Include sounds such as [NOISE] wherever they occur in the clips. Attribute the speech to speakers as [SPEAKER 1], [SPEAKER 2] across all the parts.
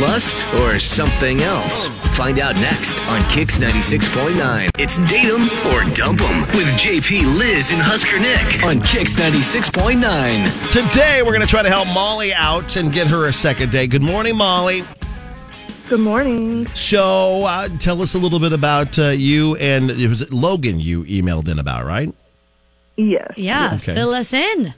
[SPEAKER 1] lust, or something else? Find out next on Kix 96.9. It's Date 'em or Dump 'em with JP, Liz, and Husker Nick on Kix 96.9.
[SPEAKER 2] Today, we're going to try to help Molly out and get her a second date. Good morning, Molly.
[SPEAKER 3] Good morning.
[SPEAKER 2] So, uh, tell us a little bit about uh, you and it was Logan you emailed in about, right?
[SPEAKER 3] Yes.
[SPEAKER 4] Yeah,
[SPEAKER 2] Okay.
[SPEAKER 4] fill us in.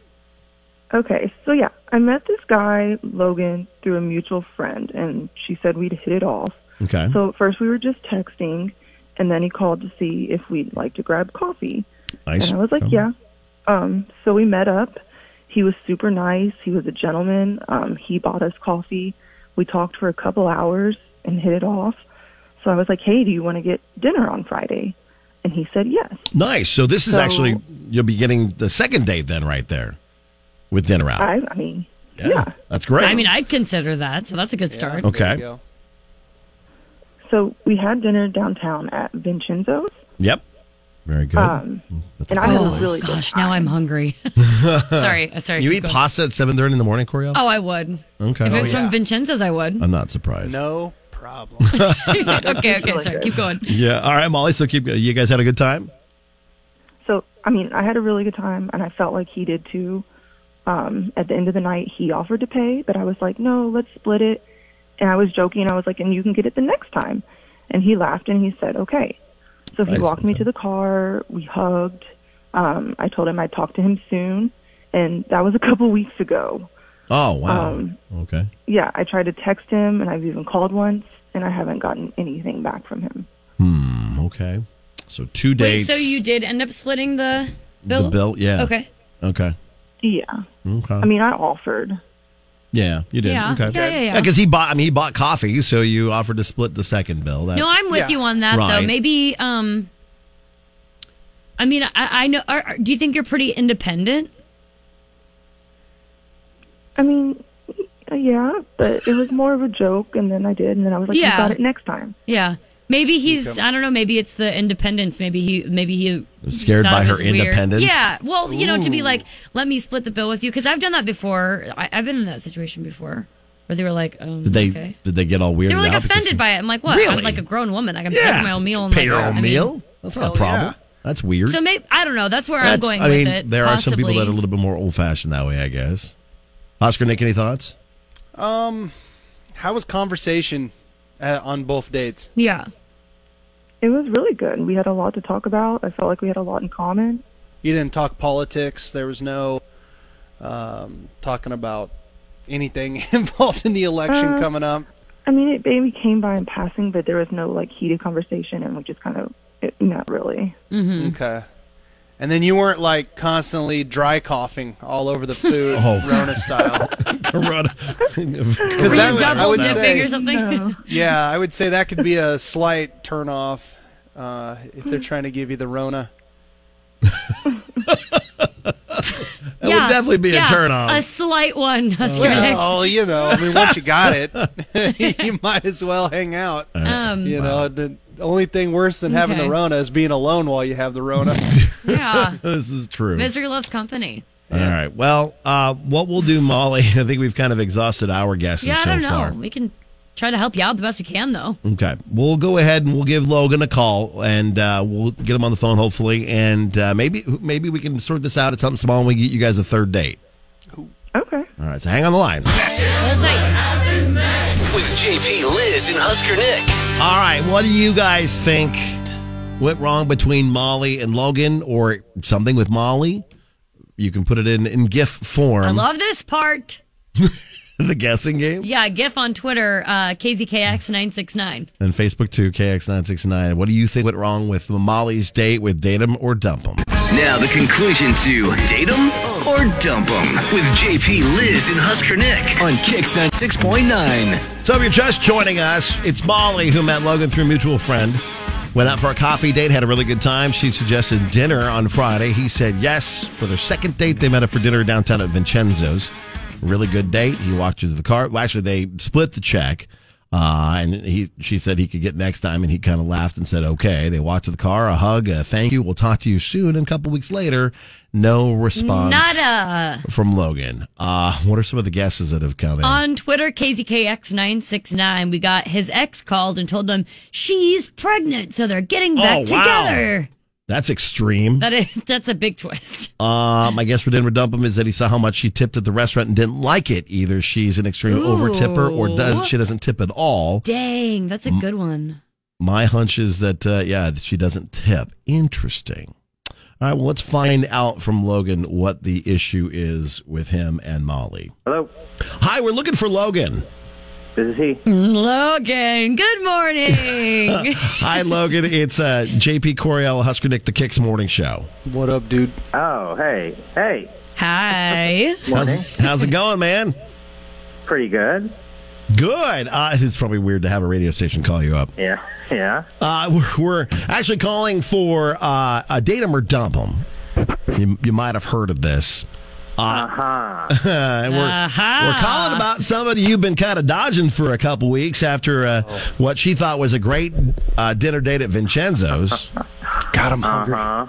[SPEAKER 3] Okay. So yeah, I met this guy Logan through a mutual friend, and she said we'd hit it off.
[SPEAKER 2] Okay.
[SPEAKER 3] So at first we were just texting, and then he called to see if we'd like to grab coffee,
[SPEAKER 2] nice.
[SPEAKER 3] and I was like, yeah. Um, so we met up. He was super nice. He was a gentleman. Um, he bought us coffee. We talked for a couple hours and hit it off. So I was like, hey, do you want to get dinner on Friday? And he said yes.
[SPEAKER 2] Nice. So, this is
[SPEAKER 3] So-
[SPEAKER 2] actually, you'll be getting the second date then, right there with dinner out.
[SPEAKER 3] I, I mean, yeah.
[SPEAKER 2] That's great.
[SPEAKER 4] I mean, I'd consider that, so that's a good start.
[SPEAKER 2] okay.
[SPEAKER 3] So we had dinner downtown at Vincenzo's,
[SPEAKER 2] Yep. Very good. Mm,
[SPEAKER 3] Um,
[SPEAKER 2] That's
[SPEAKER 3] and
[SPEAKER 2] a-
[SPEAKER 3] I had
[SPEAKER 4] Oh
[SPEAKER 3] a really
[SPEAKER 4] gosh,
[SPEAKER 3] good time.
[SPEAKER 4] now
[SPEAKER 3] [LAUGHS]
[SPEAKER 4] I'm hungry. sorry, uh, sorry.
[SPEAKER 2] you
[SPEAKER 4] keep
[SPEAKER 2] eat
[SPEAKER 4] going.
[SPEAKER 2] pasta at 7.30 in the morning, Corio?
[SPEAKER 4] Oh, I would.
[SPEAKER 2] Okay.
[SPEAKER 4] If it
[SPEAKER 2] Oh,
[SPEAKER 4] was
[SPEAKER 2] yeah.
[SPEAKER 4] from Vincenzo's, I would.
[SPEAKER 2] I'm not surprised.
[SPEAKER 5] No problem.
[SPEAKER 4] [LAUGHS] okay, okay,
[SPEAKER 3] really
[SPEAKER 4] sorry.
[SPEAKER 3] good.
[SPEAKER 4] Keep going.
[SPEAKER 2] Yeah. All right, Molly. So, keep. you guys had a good time?
[SPEAKER 3] So I mean, I had a really good time, and I felt like he did too. Um, at the end of the night, he offered to pay, but I was like, no, let's split it. And I was joking. I was like, and you can get it the next time. And he laughed and he said, okay. So he
[SPEAKER 2] Nice.
[SPEAKER 3] walked me to the car. We hugged. Um, I told him I'd talk to him soon, and that was a [LAUGHS] couple weeks ago.
[SPEAKER 2] Oh, wow.
[SPEAKER 3] Um,
[SPEAKER 2] okay.
[SPEAKER 3] Yeah, I tried to text him, and I've even called once, and I haven't gotten anything back from him.
[SPEAKER 2] Okay. So two
[SPEAKER 4] Wait,
[SPEAKER 2] dates.
[SPEAKER 4] so you did end up splitting the bill?
[SPEAKER 2] the bill, yeah.
[SPEAKER 4] Okay.
[SPEAKER 2] Okay.
[SPEAKER 3] Yeah.
[SPEAKER 2] Okay.
[SPEAKER 3] I mean, I offered.
[SPEAKER 2] yeah, you did.
[SPEAKER 4] Yeah.
[SPEAKER 2] Okay.
[SPEAKER 4] Yeah, yeah, yeah.
[SPEAKER 2] Because he bought. I mean, he bought coffee, so you offered to split the second bill. That,
[SPEAKER 4] No, I'm with
[SPEAKER 5] Yeah.
[SPEAKER 4] you on that
[SPEAKER 2] Right.
[SPEAKER 4] though. Maybe. um I mean, I, I know. Are, are- do you think you're pretty independent?
[SPEAKER 3] I mean, yeah, but it was more of a joke, and then I did, and then I was like,
[SPEAKER 4] Yeah.
[SPEAKER 3] you got it next time.
[SPEAKER 4] Yeah. Maybe he's. I don't know. Maybe it's the independence. Maybe he. Maybe he
[SPEAKER 2] scared
[SPEAKER 4] thought
[SPEAKER 2] by
[SPEAKER 4] it
[SPEAKER 2] her
[SPEAKER 4] was weird.
[SPEAKER 2] independence.
[SPEAKER 4] Yeah. Well, you know, to be like, let me split the bill with you because I've done that before. I, I've been in that situation before where they were like, um,
[SPEAKER 2] Did they
[SPEAKER 4] okay.
[SPEAKER 2] did they get all weird?
[SPEAKER 4] They were like
[SPEAKER 2] out because-
[SPEAKER 4] offended by it. I'm like, what?
[SPEAKER 2] Really?
[SPEAKER 4] I'm like a grown woman. I can
[SPEAKER 2] Yeah.
[SPEAKER 4] pick my own meal. And
[SPEAKER 2] Pay
[SPEAKER 4] like,
[SPEAKER 2] your
[SPEAKER 4] I
[SPEAKER 2] own
[SPEAKER 4] mean-
[SPEAKER 2] meal. That's not a problem.
[SPEAKER 5] yeah.
[SPEAKER 2] That's weird.
[SPEAKER 4] so maybe I don't know. That's where I'm
[SPEAKER 2] That's-
[SPEAKER 4] going
[SPEAKER 2] I mean,
[SPEAKER 4] with it.
[SPEAKER 2] there are some people that are a
[SPEAKER 4] possibly.
[SPEAKER 2] little bit more old fashioned that way. I guess. Oscar, Nick, any
[SPEAKER 4] [LAUGHS]
[SPEAKER 2] thoughts? [LAUGHS]
[SPEAKER 5] How was conversation uh, on both dates?
[SPEAKER 4] Yeah.
[SPEAKER 3] It was really good. We had a lot to talk about. I felt like we had a lot in common.
[SPEAKER 5] You didn't talk politics. There was no um, talking about anything [LAUGHS] involved in the election
[SPEAKER 3] Uh,
[SPEAKER 5] coming up.
[SPEAKER 3] I mean, it maybe came by in passing, but there was no like heated conversation, and we just kind of, it, not really.
[SPEAKER 5] Okay. And then you weren't like constantly dry coughing all over the food,
[SPEAKER 2] Oh.
[SPEAKER 5] Rona style.
[SPEAKER 2] [LAUGHS] Corona.
[SPEAKER 4] Were
[SPEAKER 5] Because that
[SPEAKER 4] you
[SPEAKER 5] would, I
[SPEAKER 4] double
[SPEAKER 5] would
[SPEAKER 4] dipping
[SPEAKER 5] say,
[SPEAKER 4] or something? [LAUGHS]
[SPEAKER 5] yeah, I would say that could be a slight turnoff uh, if they're trying to give you the Rona.
[SPEAKER 2] would
[SPEAKER 4] yeah.
[SPEAKER 2] definitely be a Oh.
[SPEAKER 4] yeah.
[SPEAKER 2] turnoff.
[SPEAKER 4] A slight one. [LAUGHS] Husker Nick.
[SPEAKER 5] Well, you know, I mean, once you got it, [LAUGHS] you might as well hang out.
[SPEAKER 4] Um,
[SPEAKER 5] You know, the only thing worse than having
[SPEAKER 4] Okay.
[SPEAKER 5] the Rona is being alone while you have
[SPEAKER 2] [LAUGHS]
[SPEAKER 5] the Rona.
[SPEAKER 4] yeah.
[SPEAKER 2] [LAUGHS] this is true.
[SPEAKER 4] Misery loves company.
[SPEAKER 2] All right. Well, uh, what we'll do, Molly, [LAUGHS] I think we've kind of exhausted our guesses
[SPEAKER 4] Yeah, I
[SPEAKER 2] so
[SPEAKER 4] don't know.
[SPEAKER 2] far.
[SPEAKER 4] We can try to help you out the best we
[SPEAKER 2] [LAUGHS]
[SPEAKER 4] can, though.
[SPEAKER 2] Okay. We'll go ahead and we'll give Logan a call and uh, we'll get him on the phone, hopefully. And uh, maybe maybe we can sort this out at something small and we can get you guys a third date.
[SPEAKER 3] Okay.
[SPEAKER 2] All right. So hang on the line.
[SPEAKER 4] It's like,
[SPEAKER 1] With JP, Liz, and Husker Nick.
[SPEAKER 2] All right. What do you guys think went wrong between Molly and Logan or something with Molly? You can put it in, in GIF
[SPEAKER 4] I
[SPEAKER 2] form.
[SPEAKER 4] love this part.
[SPEAKER 2] [LAUGHS] the guessing game.
[SPEAKER 4] Yeah, GIF on Twitter, uh, KZKX969.
[SPEAKER 2] And Facebook too, KX969. What do you think went wrong with Molly's date with Datum or Dump 'em?
[SPEAKER 1] Now the conclusion to Date 'em or Dump 'em with JP, Liz, and Husker Nick on Kix 96.9.
[SPEAKER 2] So if you're just joining us, it's Molly who met Logan through a mutual friend. Went out for a coffee date, had a really good time. She suggested dinner on Friday. He said yes. For their second date, they met up for dinner downtown at Vincenzo's. Really good date. He walked her to the car. Well, actually, they split the check. Uh, and he, she said he could get next time, and he kind of laughed and said, "Okay." They walked to the car, a hug, a thank you. We'll talk to you soon. And a couple weeks later, no response
[SPEAKER 4] Nada.
[SPEAKER 2] from Logan. Uh, what are some of the guesses that have come in?
[SPEAKER 4] On Twitter, KZKX969, we got his ex called and told them she's pregnant, so they're getting back
[SPEAKER 2] Oh, wow.
[SPEAKER 4] together.
[SPEAKER 2] That's extreme.
[SPEAKER 4] That is, [LAUGHS] that's a big twist.
[SPEAKER 2] Um, I guess for Denver Dumpum is that he saw how much she tipped at the restaurant and didn't like it. Either she's an extreme over tipper or does she doesn't tip at all.
[SPEAKER 4] Dang, that's a good one.
[SPEAKER 2] My hunch is that uh, yeah, that she doesn't tip. Interesting. All right, well, let's find out from Logan what the issue is with him and Molly.
[SPEAKER 6] Hello,
[SPEAKER 2] Hi, we're looking for Logan.
[SPEAKER 6] this is he.
[SPEAKER 4] Mm. Logan,
[SPEAKER 2] [LAUGHS]
[SPEAKER 4] good morning.
[SPEAKER 2] Hi, Logan. It's uh, JP Coriel, Husker Nick, the Kicks Morning Show.
[SPEAKER 5] What up, dude?
[SPEAKER 6] Oh, hey, hey,
[SPEAKER 4] Hi.
[SPEAKER 2] How's, how's it going, man?
[SPEAKER 6] pretty good.
[SPEAKER 2] Good. Uh, it's probably weird to have a radio station call you up.
[SPEAKER 6] Yeah, [LAUGHS] yeah.
[SPEAKER 2] Uh, we're, we're actually calling for uh, a datum or dump 'em. You, you might have heard of this.
[SPEAKER 6] Uh
[SPEAKER 4] Uh-huh.
[SPEAKER 6] huh.
[SPEAKER 2] Uh, [LAUGHS] we're,
[SPEAKER 4] Aha.
[SPEAKER 2] we're calling about somebody you've been kind of dodging for a couple weeks after uh, what she thought was a great uh, dinner date at
[SPEAKER 4] [LAUGHS]
[SPEAKER 2] Vincenzo's.
[SPEAKER 5] God, I'm hungry.
[SPEAKER 6] Uh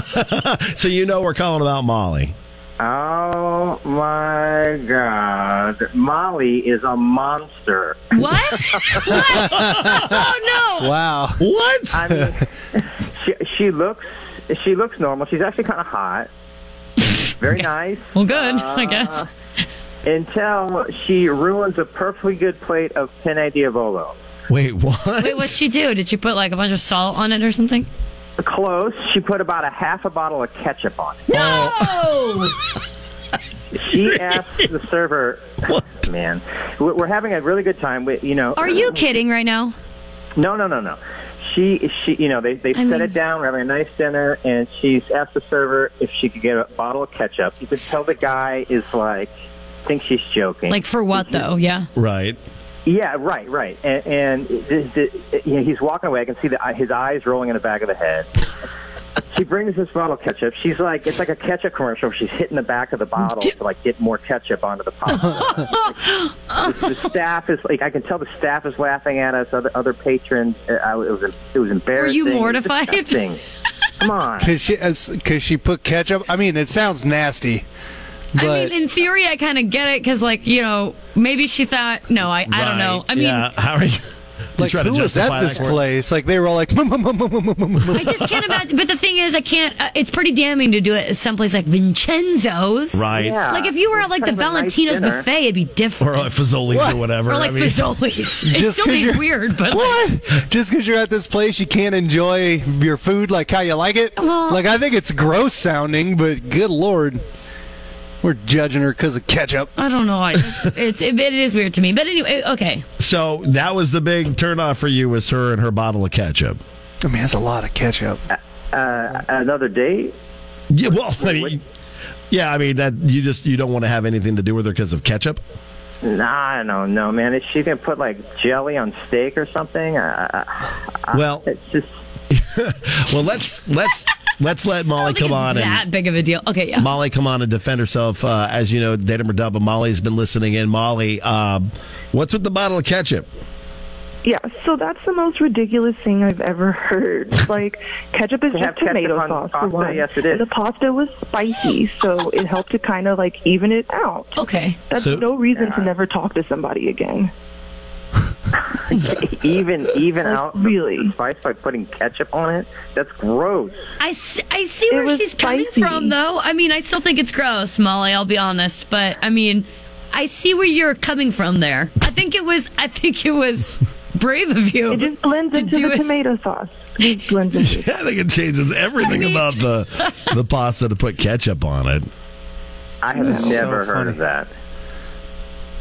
[SPEAKER 6] huh.
[SPEAKER 2] so you know we're calling about Molly.
[SPEAKER 6] Oh my God, Molly is a monster.
[SPEAKER 4] What? [LAUGHS] what?
[SPEAKER 2] [LAUGHS]
[SPEAKER 4] Oh no.
[SPEAKER 5] [LAUGHS] Wow.
[SPEAKER 2] What?
[SPEAKER 6] I mean, she she looks she looks normal. She's actually kind of hot.
[SPEAKER 4] [LAUGHS]
[SPEAKER 6] Very nice. Uh,
[SPEAKER 4] Well, good, [LAUGHS] I guess.
[SPEAKER 6] Until she ruins a perfectly good plate of penne diavolo.
[SPEAKER 2] [LAUGHS] Wait, what?
[SPEAKER 4] Wait, what'd she do? Did she put like a bunch of salt on it or something?
[SPEAKER 6] Close. She put about a half a bottle of ketchup on it.
[SPEAKER 4] No!
[SPEAKER 6] [LAUGHS] She asked the server, "Man, we- we're having a really good time. We, you know,
[SPEAKER 4] Are you kidding right now?
[SPEAKER 6] No, no, no, no. She, she, you know, they they set it down. We're having a nice dinner, and she's asked the server if she could get a bottle of ketchup. You could tell the guy is like, thinks she's joking.
[SPEAKER 4] Like for what though? Yeah.
[SPEAKER 2] Right.
[SPEAKER 6] yeah, right, right. And, and th th you know, he's walking away. I can see the, eye- his eyes rolling in the back of the head. she brings this bottle of ketchup. She's like, it's like a ketchup commercial. She's hitting the back of the bottle to like get more ketchup onto the pot.
[SPEAKER 4] [LAUGHS]
[SPEAKER 6] the staff is like, I can tell the staff is laughing at us. Other other patrons, uh, I, it was it was embarrassing.
[SPEAKER 4] you
[SPEAKER 6] It was
[SPEAKER 4] mortified?
[SPEAKER 6] disgusting. Come on.
[SPEAKER 5] Cause she, as- cause she put ketchup. I mean, it sounds nasty, but
[SPEAKER 4] I mean, in theory, I kind of get it because, like, you know, maybe she thought, no, I, I don't know.
[SPEAKER 2] Right.
[SPEAKER 4] I mean,
[SPEAKER 2] yeah. how are you? [LAUGHS] you
[SPEAKER 5] like,
[SPEAKER 2] try
[SPEAKER 5] who was
[SPEAKER 2] justify
[SPEAKER 5] at this
[SPEAKER 2] that court?
[SPEAKER 5] place? Like, they were all like, "Mmm, "Mum, mum, mum, mum, mum, mum, mum."
[SPEAKER 4] I just can't imagine. But the thing is, I can't. Uh, it's pretty damning to do it at someplace like Vincenzo's.
[SPEAKER 2] Right.
[SPEAKER 6] Yeah.
[SPEAKER 4] Like if you were at like the
[SPEAKER 6] Kind of a nice
[SPEAKER 4] Valentina's
[SPEAKER 6] dinner.
[SPEAKER 4] buffet, it'd be
[SPEAKER 2] Or
[SPEAKER 4] different.
[SPEAKER 2] like Fazoli's or whatever.
[SPEAKER 4] Or, like
[SPEAKER 2] I mean- [LAUGHS]
[SPEAKER 4] Fazoli's. It'd
[SPEAKER 5] Just
[SPEAKER 4] still
[SPEAKER 5] 'cause
[SPEAKER 4] be
[SPEAKER 5] you're-
[SPEAKER 4] weird, but
[SPEAKER 5] What? Just because you're at this place, you can't enjoy your food like how you like it?
[SPEAKER 4] Well-
[SPEAKER 5] like, I think it's gross sounding, but good lord. We're judging her because of ketchup.
[SPEAKER 4] I don't know. I, it's it's- it, it is weird to me. But anyway, okay.
[SPEAKER 2] So that was the big turnoff for you was her and her bottle of ketchup.
[SPEAKER 5] I mean, that's a lot of ketchup.
[SPEAKER 6] Uh, another date?
[SPEAKER 2] Yeah, well, [LAUGHS] I mean, yeah, I mean that you just you don't want to have anything to do with her because of ketchup.
[SPEAKER 6] Nah, I don't know, man. Is she gonna put like jelly on steak or something? Uh,
[SPEAKER 2] Well,
[SPEAKER 6] it's just
[SPEAKER 2] well, let's let's let's [LAUGHS] let Molly
[SPEAKER 4] I don't think
[SPEAKER 2] come
[SPEAKER 4] it's
[SPEAKER 2] on
[SPEAKER 4] that
[SPEAKER 2] and
[SPEAKER 4] big of a deal. Okay, yeah.
[SPEAKER 2] Molly come on and defend herself. Uh, as you know, Datum or Dumb, Molly's been listening in. Molly, um, what's with the bottle of ketchup?
[SPEAKER 3] Yeah, so that's the most ridiculous thing I've ever heard. Like, ketchup is
[SPEAKER 6] To have
[SPEAKER 3] just tomato
[SPEAKER 6] ketchup on
[SPEAKER 3] sauce for
[SPEAKER 6] pasta,
[SPEAKER 3] one.
[SPEAKER 6] yes, it is.
[SPEAKER 3] And the pasta was spicy, so it helped to kind of like even it out.
[SPEAKER 4] Okay.
[SPEAKER 3] That's
[SPEAKER 2] So-
[SPEAKER 3] no reason to never talk to somebody again.
[SPEAKER 6] even even out the-
[SPEAKER 3] really?
[SPEAKER 6] the spice by putting ketchup on it. That's gross.
[SPEAKER 4] I, s- I see
[SPEAKER 3] It
[SPEAKER 4] where
[SPEAKER 3] was
[SPEAKER 4] she's coming
[SPEAKER 3] spicy.
[SPEAKER 4] from, though. I mean, I still think it's gross, Molly. I'll be honest, but I mean, I see where you're coming from there. I think it was. I think it was brave of you.
[SPEAKER 3] It just blends
[SPEAKER 4] to
[SPEAKER 3] into
[SPEAKER 4] do
[SPEAKER 3] the
[SPEAKER 4] it.
[SPEAKER 3] tomato sauce. It just blends into it.
[SPEAKER 6] [LAUGHS]
[SPEAKER 2] Yeah, I think it changes everything
[SPEAKER 4] mean-
[SPEAKER 2] about the
[SPEAKER 4] [LAUGHS]
[SPEAKER 2] the pasta to put ketchup on it.
[SPEAKER 6] I have
[SPEAKER 5] That's so
[SPEAKER 6] never heard
[SPEAKER 5] funny.
[SPEAKER 6] of that.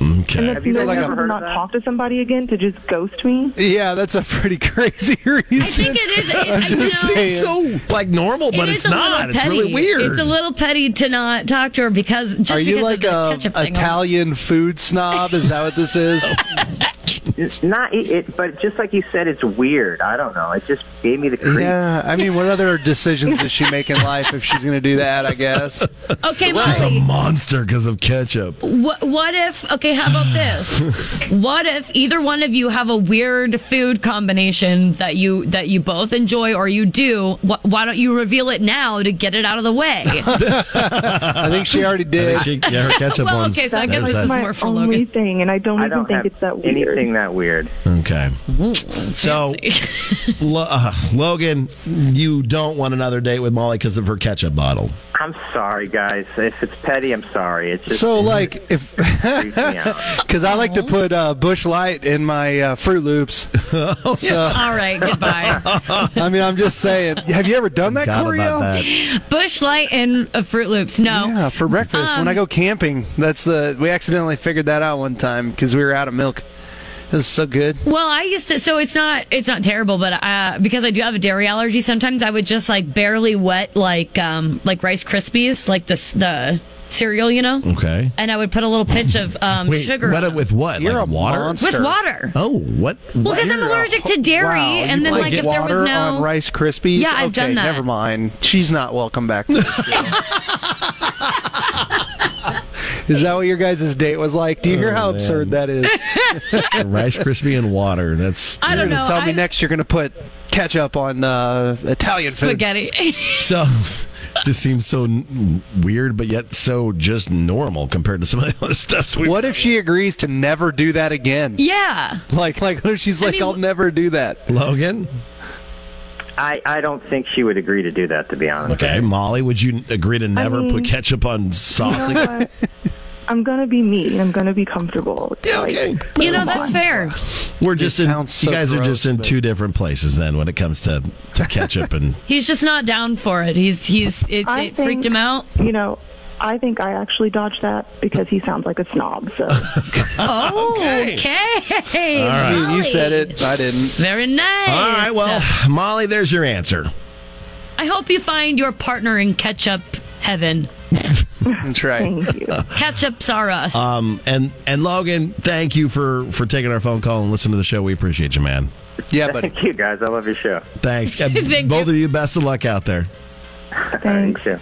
[SPEAKER 2] Okay.
[SPEAKER 3] And
[SPEAKER 6] Have
[SPEAKER 3] it's
[SPEAKER 6] you guys
[SPEAKER 3] no
[SPEAKER 6] ever
[SPEAKER 3] reason
[SPEAKER 6] heard
[SPEAKER 3] to
[SPEAKER 6] of
[SPEAKER 3] not
[SPEAKER 6] that?
[SPEAKER 3] talk to somebody again to just ghost me.
[SPEAKER 5] Yeah, that's a pretty [LAUGHS] crazy reason.
[SPEAKER 4] I think it is. It, you know,
[SPEAKER 5] just saying.
[SPEAKER 2] It's so like normal, but
[SPEAKER 4] it
[SPEAKER 2] it's
[SPEAKER 4] is a little
[SPEAKER 2] not. It's
[SPEAKER 4] petty.
[SPEAKER 2] really weird.
[SPEAKER 4] It's a little petty to not talk to her because just
[SPEAKER 5] Are you
[SPEAKER 2] um,
[SPEAKER 4] because
[SPEAKER 5] like
[SPEAKER 4] of the
[SPEAKER 5] a
[SPEAKER 4] ketchup thing.
[SPEAKER 2] [LAUGHS] Oh,
[SPEAKER 5] Italian food snob? Is that what this is?
[SPEAKER 6] It's not it, it, but just like you said, it's weird. I don't know. It just gave me the creep.
[SPEAKER 5] Yeah, I mean, what other decisions does she make in life if she's going to do that? I guess.
[SPEAKER 4] Okay,
[SPEAKER 2] She's a
[SPEAKER 4] Molly.
[SPEAKER 2] monster because of ketchup.
[SPEAKER 4] What, what if? Okay, how about
[SPEAKER 2] [SIGHS]
[SPEAKER 4] this? what if either one of you have a weird food combination that you that you both enjoy or you do? Wh- why don't you reveal it now to get it out of the way?
[SPEAKER 5] I think she already
[SPEAKER 2] I
[SPEAKER 5] did.
[SPEAKER 2] think she, yeah, her ketchup
[SPEAKER 4] Well,
[SPEAKER 2] one's
[SPEAKER 4] okay, so I guess
[SPEAKER 2] there's
[SPEAKER 4] this is
[SPEAKER 2] that.
[SPEAKER 3] my
[SPEAKER 4] more for
[SPEAKER 3] only
[SPEAKER 4] Logan.
[SPEAKER 3] thing, and I don't
[SPEAKER 6] I
[SPEAKER 3] even
[SPEAKER 6] don't
[SPEAKER 3] think
[SPEAKER 6] have
[SPEAKER 3] it's that weird.
[SPEAKER 6] anything that weird.
[SPEAKER 2] Okay. [LAUGHS]
[SPEAKER 4] [LAUGHS]
[SPEAKER 2] So, Lo- uh, Logan, you don't want another date with Molly because of her ketchup bottle.
[SPEAKER 6] I'm sorry, guys. If it's petty, I'm sorry. It's just
[SPEAKER 5] So, like, if [LAUGHS]
[SPEAKER 6] freaks me out.
[SPEAKER 5] because I like to put uh, Bush Light in my uh, Fruit Loops.
[SPEAKER 2] uh,
[SPEAKER 5] So,
[SPEAKER 4] All right, goodbye.
[SPEAKER 2] [LAUGHS]
[SPEAKER 5] I mean, I'm just saying. Have you ever done that,
[SPEAKER 2] Forgot
[SPEAKER 5] Corio?
[SPEAKER 2] about
[SPEAKER 4] [LAUGHS]
[SPEAKER 2] that.
[SPEAKER 4] Bush Light and uh, Fruit Loops. No. Um,
[SPEAKER 5] Yeah, for breakfast when I go camping. That's the we accidentally figured that out one time because we were out of milk. It was so good.
[SPEAKER 4] Well, I used to, so it's not it's not terrible, but uh, because I do have a dairy allergy, sometimes I would just like barely wet like um like Rice Krispies, like the s- the cereal, you know,
[SPEAKER 2] Okay.
[SPEAKER 4] and I would put a little pinch of um
[SPEAKER 2] Wait,
[SPEAKER 4] sugar
[SPEAKER 2] wet
[SPEAKER 4] in
[SPEAKER 2] it
[SPEAKER 4] them.
[SPEAKER 2] with what?
[SPEAKER 5] You're
[SPEAKER 2] like
[SPEAKER 5] a
[SPEAKER 2] water?
[SPEAKER 5] monster.
[SPEAKER 4] with water.
[SPEAKER 2] Oh, what?
[SPEAKER 4] Well, because I'm
[SPEAKER 5] You're a
[SPEAKER 4] allergic
[SPEAKER 5] ho-
[SPEAKER 4] to dairy,
[SPEAKER 5] Wow, you
[SPEAKER 4] and then
[SPEAKER 5] put
[SPEAKER 4] like if there was
[SPEAKER 5] water
[SPEAKER 4] no
[SPEAKER 5] on Rice Krispies.
[SPEAKER 4] Yeah, I've
[SPEAKER 5] okay,
[SPEAKER 4] done that.
[SPEAKER 5] Never mind. She's not welcome back. To this show. is that what your guys' date was like? Do you hear how absurd
[SPEAKER 4] [LAUGHS]
[SPEAKER 5] that is?
[SPEAKER 2] [LAUGHS] Rice crispy and water. That's
[SPEAKER 4] I don't
[SPEAKER 5] You're
[SPEAKER 4] know.
[SPEAKER 5] gonna tell
[SPEAKER 4] I,
[SPEAKER 5] me next you're going to put ketchup on uh, Italian food.
[SPEAKER 4] spaghetti. [LAUGHS]
[SPEAKER 2] so. Just seems so n- weird, but yet so just normal compared to some of the other stuff. We-
[SPEAKER 5] What if she agrees to never do that again?
[SPEAKER 4] yeah.
[SPEAKER 5] Like, like what if she's
[SPEAKER 4] I
[SPEAKER 5] like,
[SPEAKER 4] mean,
[SPEAKER 5] I'll
[SPEAKER 4] wh-
[SPEAKER 5] never do that.
[SPEAKER 2] Logan?
[SPEAKER 6] I, I don't think she would agree to do that, to be honest.
[SPEAKER 2] Okay, Molly, would you agree to never
[SPEAKER 3] mean-
[SPEAKER 2] put ketchup on
[SPEAKER 6] [LAUGHS]
[SPEAKER 2] sausage?
[SPEAKER 3] You know what? I'm gonna be me. and I'm gonna be comfortable. It's
[SPEAKER 2] Yeah,
[SPEAKER 3] like-
[SPEAKER 2] okay.
[SPEAKER 4] You know that's fair.
[SPEAKER 2] We're just in,
[SPEAKER 5] sounds so
[SPEAKER 2] you guys are
[SPEAKER 5] gross,
[SPEAKER 2] just in
[SPEAKER 5] but-
[SPEAKER 2] two different places then when it comes to, to ketchup
[SPEAKER 4] [LAUGHS]
[SPEAKER 2] and
[SPEAKER 4] He's just not down for it. He's he's it,
[SPEAKER 3] I
[SPEAKER 4] it freaked
[SPEAKER 3] think-
[SPEAKER 4] him
[SPEAKER 5] [LAUGHS]
[SPEAKER 4] out.
[SPEAKER 3] You know, I think I actually dodged that because he sounds like a snob. So
[SPEAKER 4] Oh, okay.
[SPEAKER 5] I mean, you
[SPEAKER 4] Molly.
[SPEAKER 5] said it. I didn't.
[SPEAKER 4] Very nice.
[SPEAKER 2] All right, well, Molly, there's your answer.
[SPEAKER 4] I hope you find your partner in ketchup heaven.
[SPEAKER 5] That's right.
[SPEAKER 3] thank
[SPEAKER 4] [LAUGHS]
[SPEAKER 3] you.
[SPEAKER 4] Ketchups are us.
[SPEAKER 2] Um, and and Logan, thank you for for taking our phone call and listening to the show. We appreciate you, man.
[SPEAKER 5] Yeah, buddy.
[SPEAKER 6] Thank you, guys. I love your show.
[SPEAKER 4] [LAUGHS]
[SPEAKER 2] Thanks, And
[SPEAKER 4] Thank
[SPEAKER 2] both
[SPEAKER 4] you.
[SPEAKER 2] of you. Best of luck out there.
[SPEAKER 3] Thanks.
[SPEAKER 6] Thanks.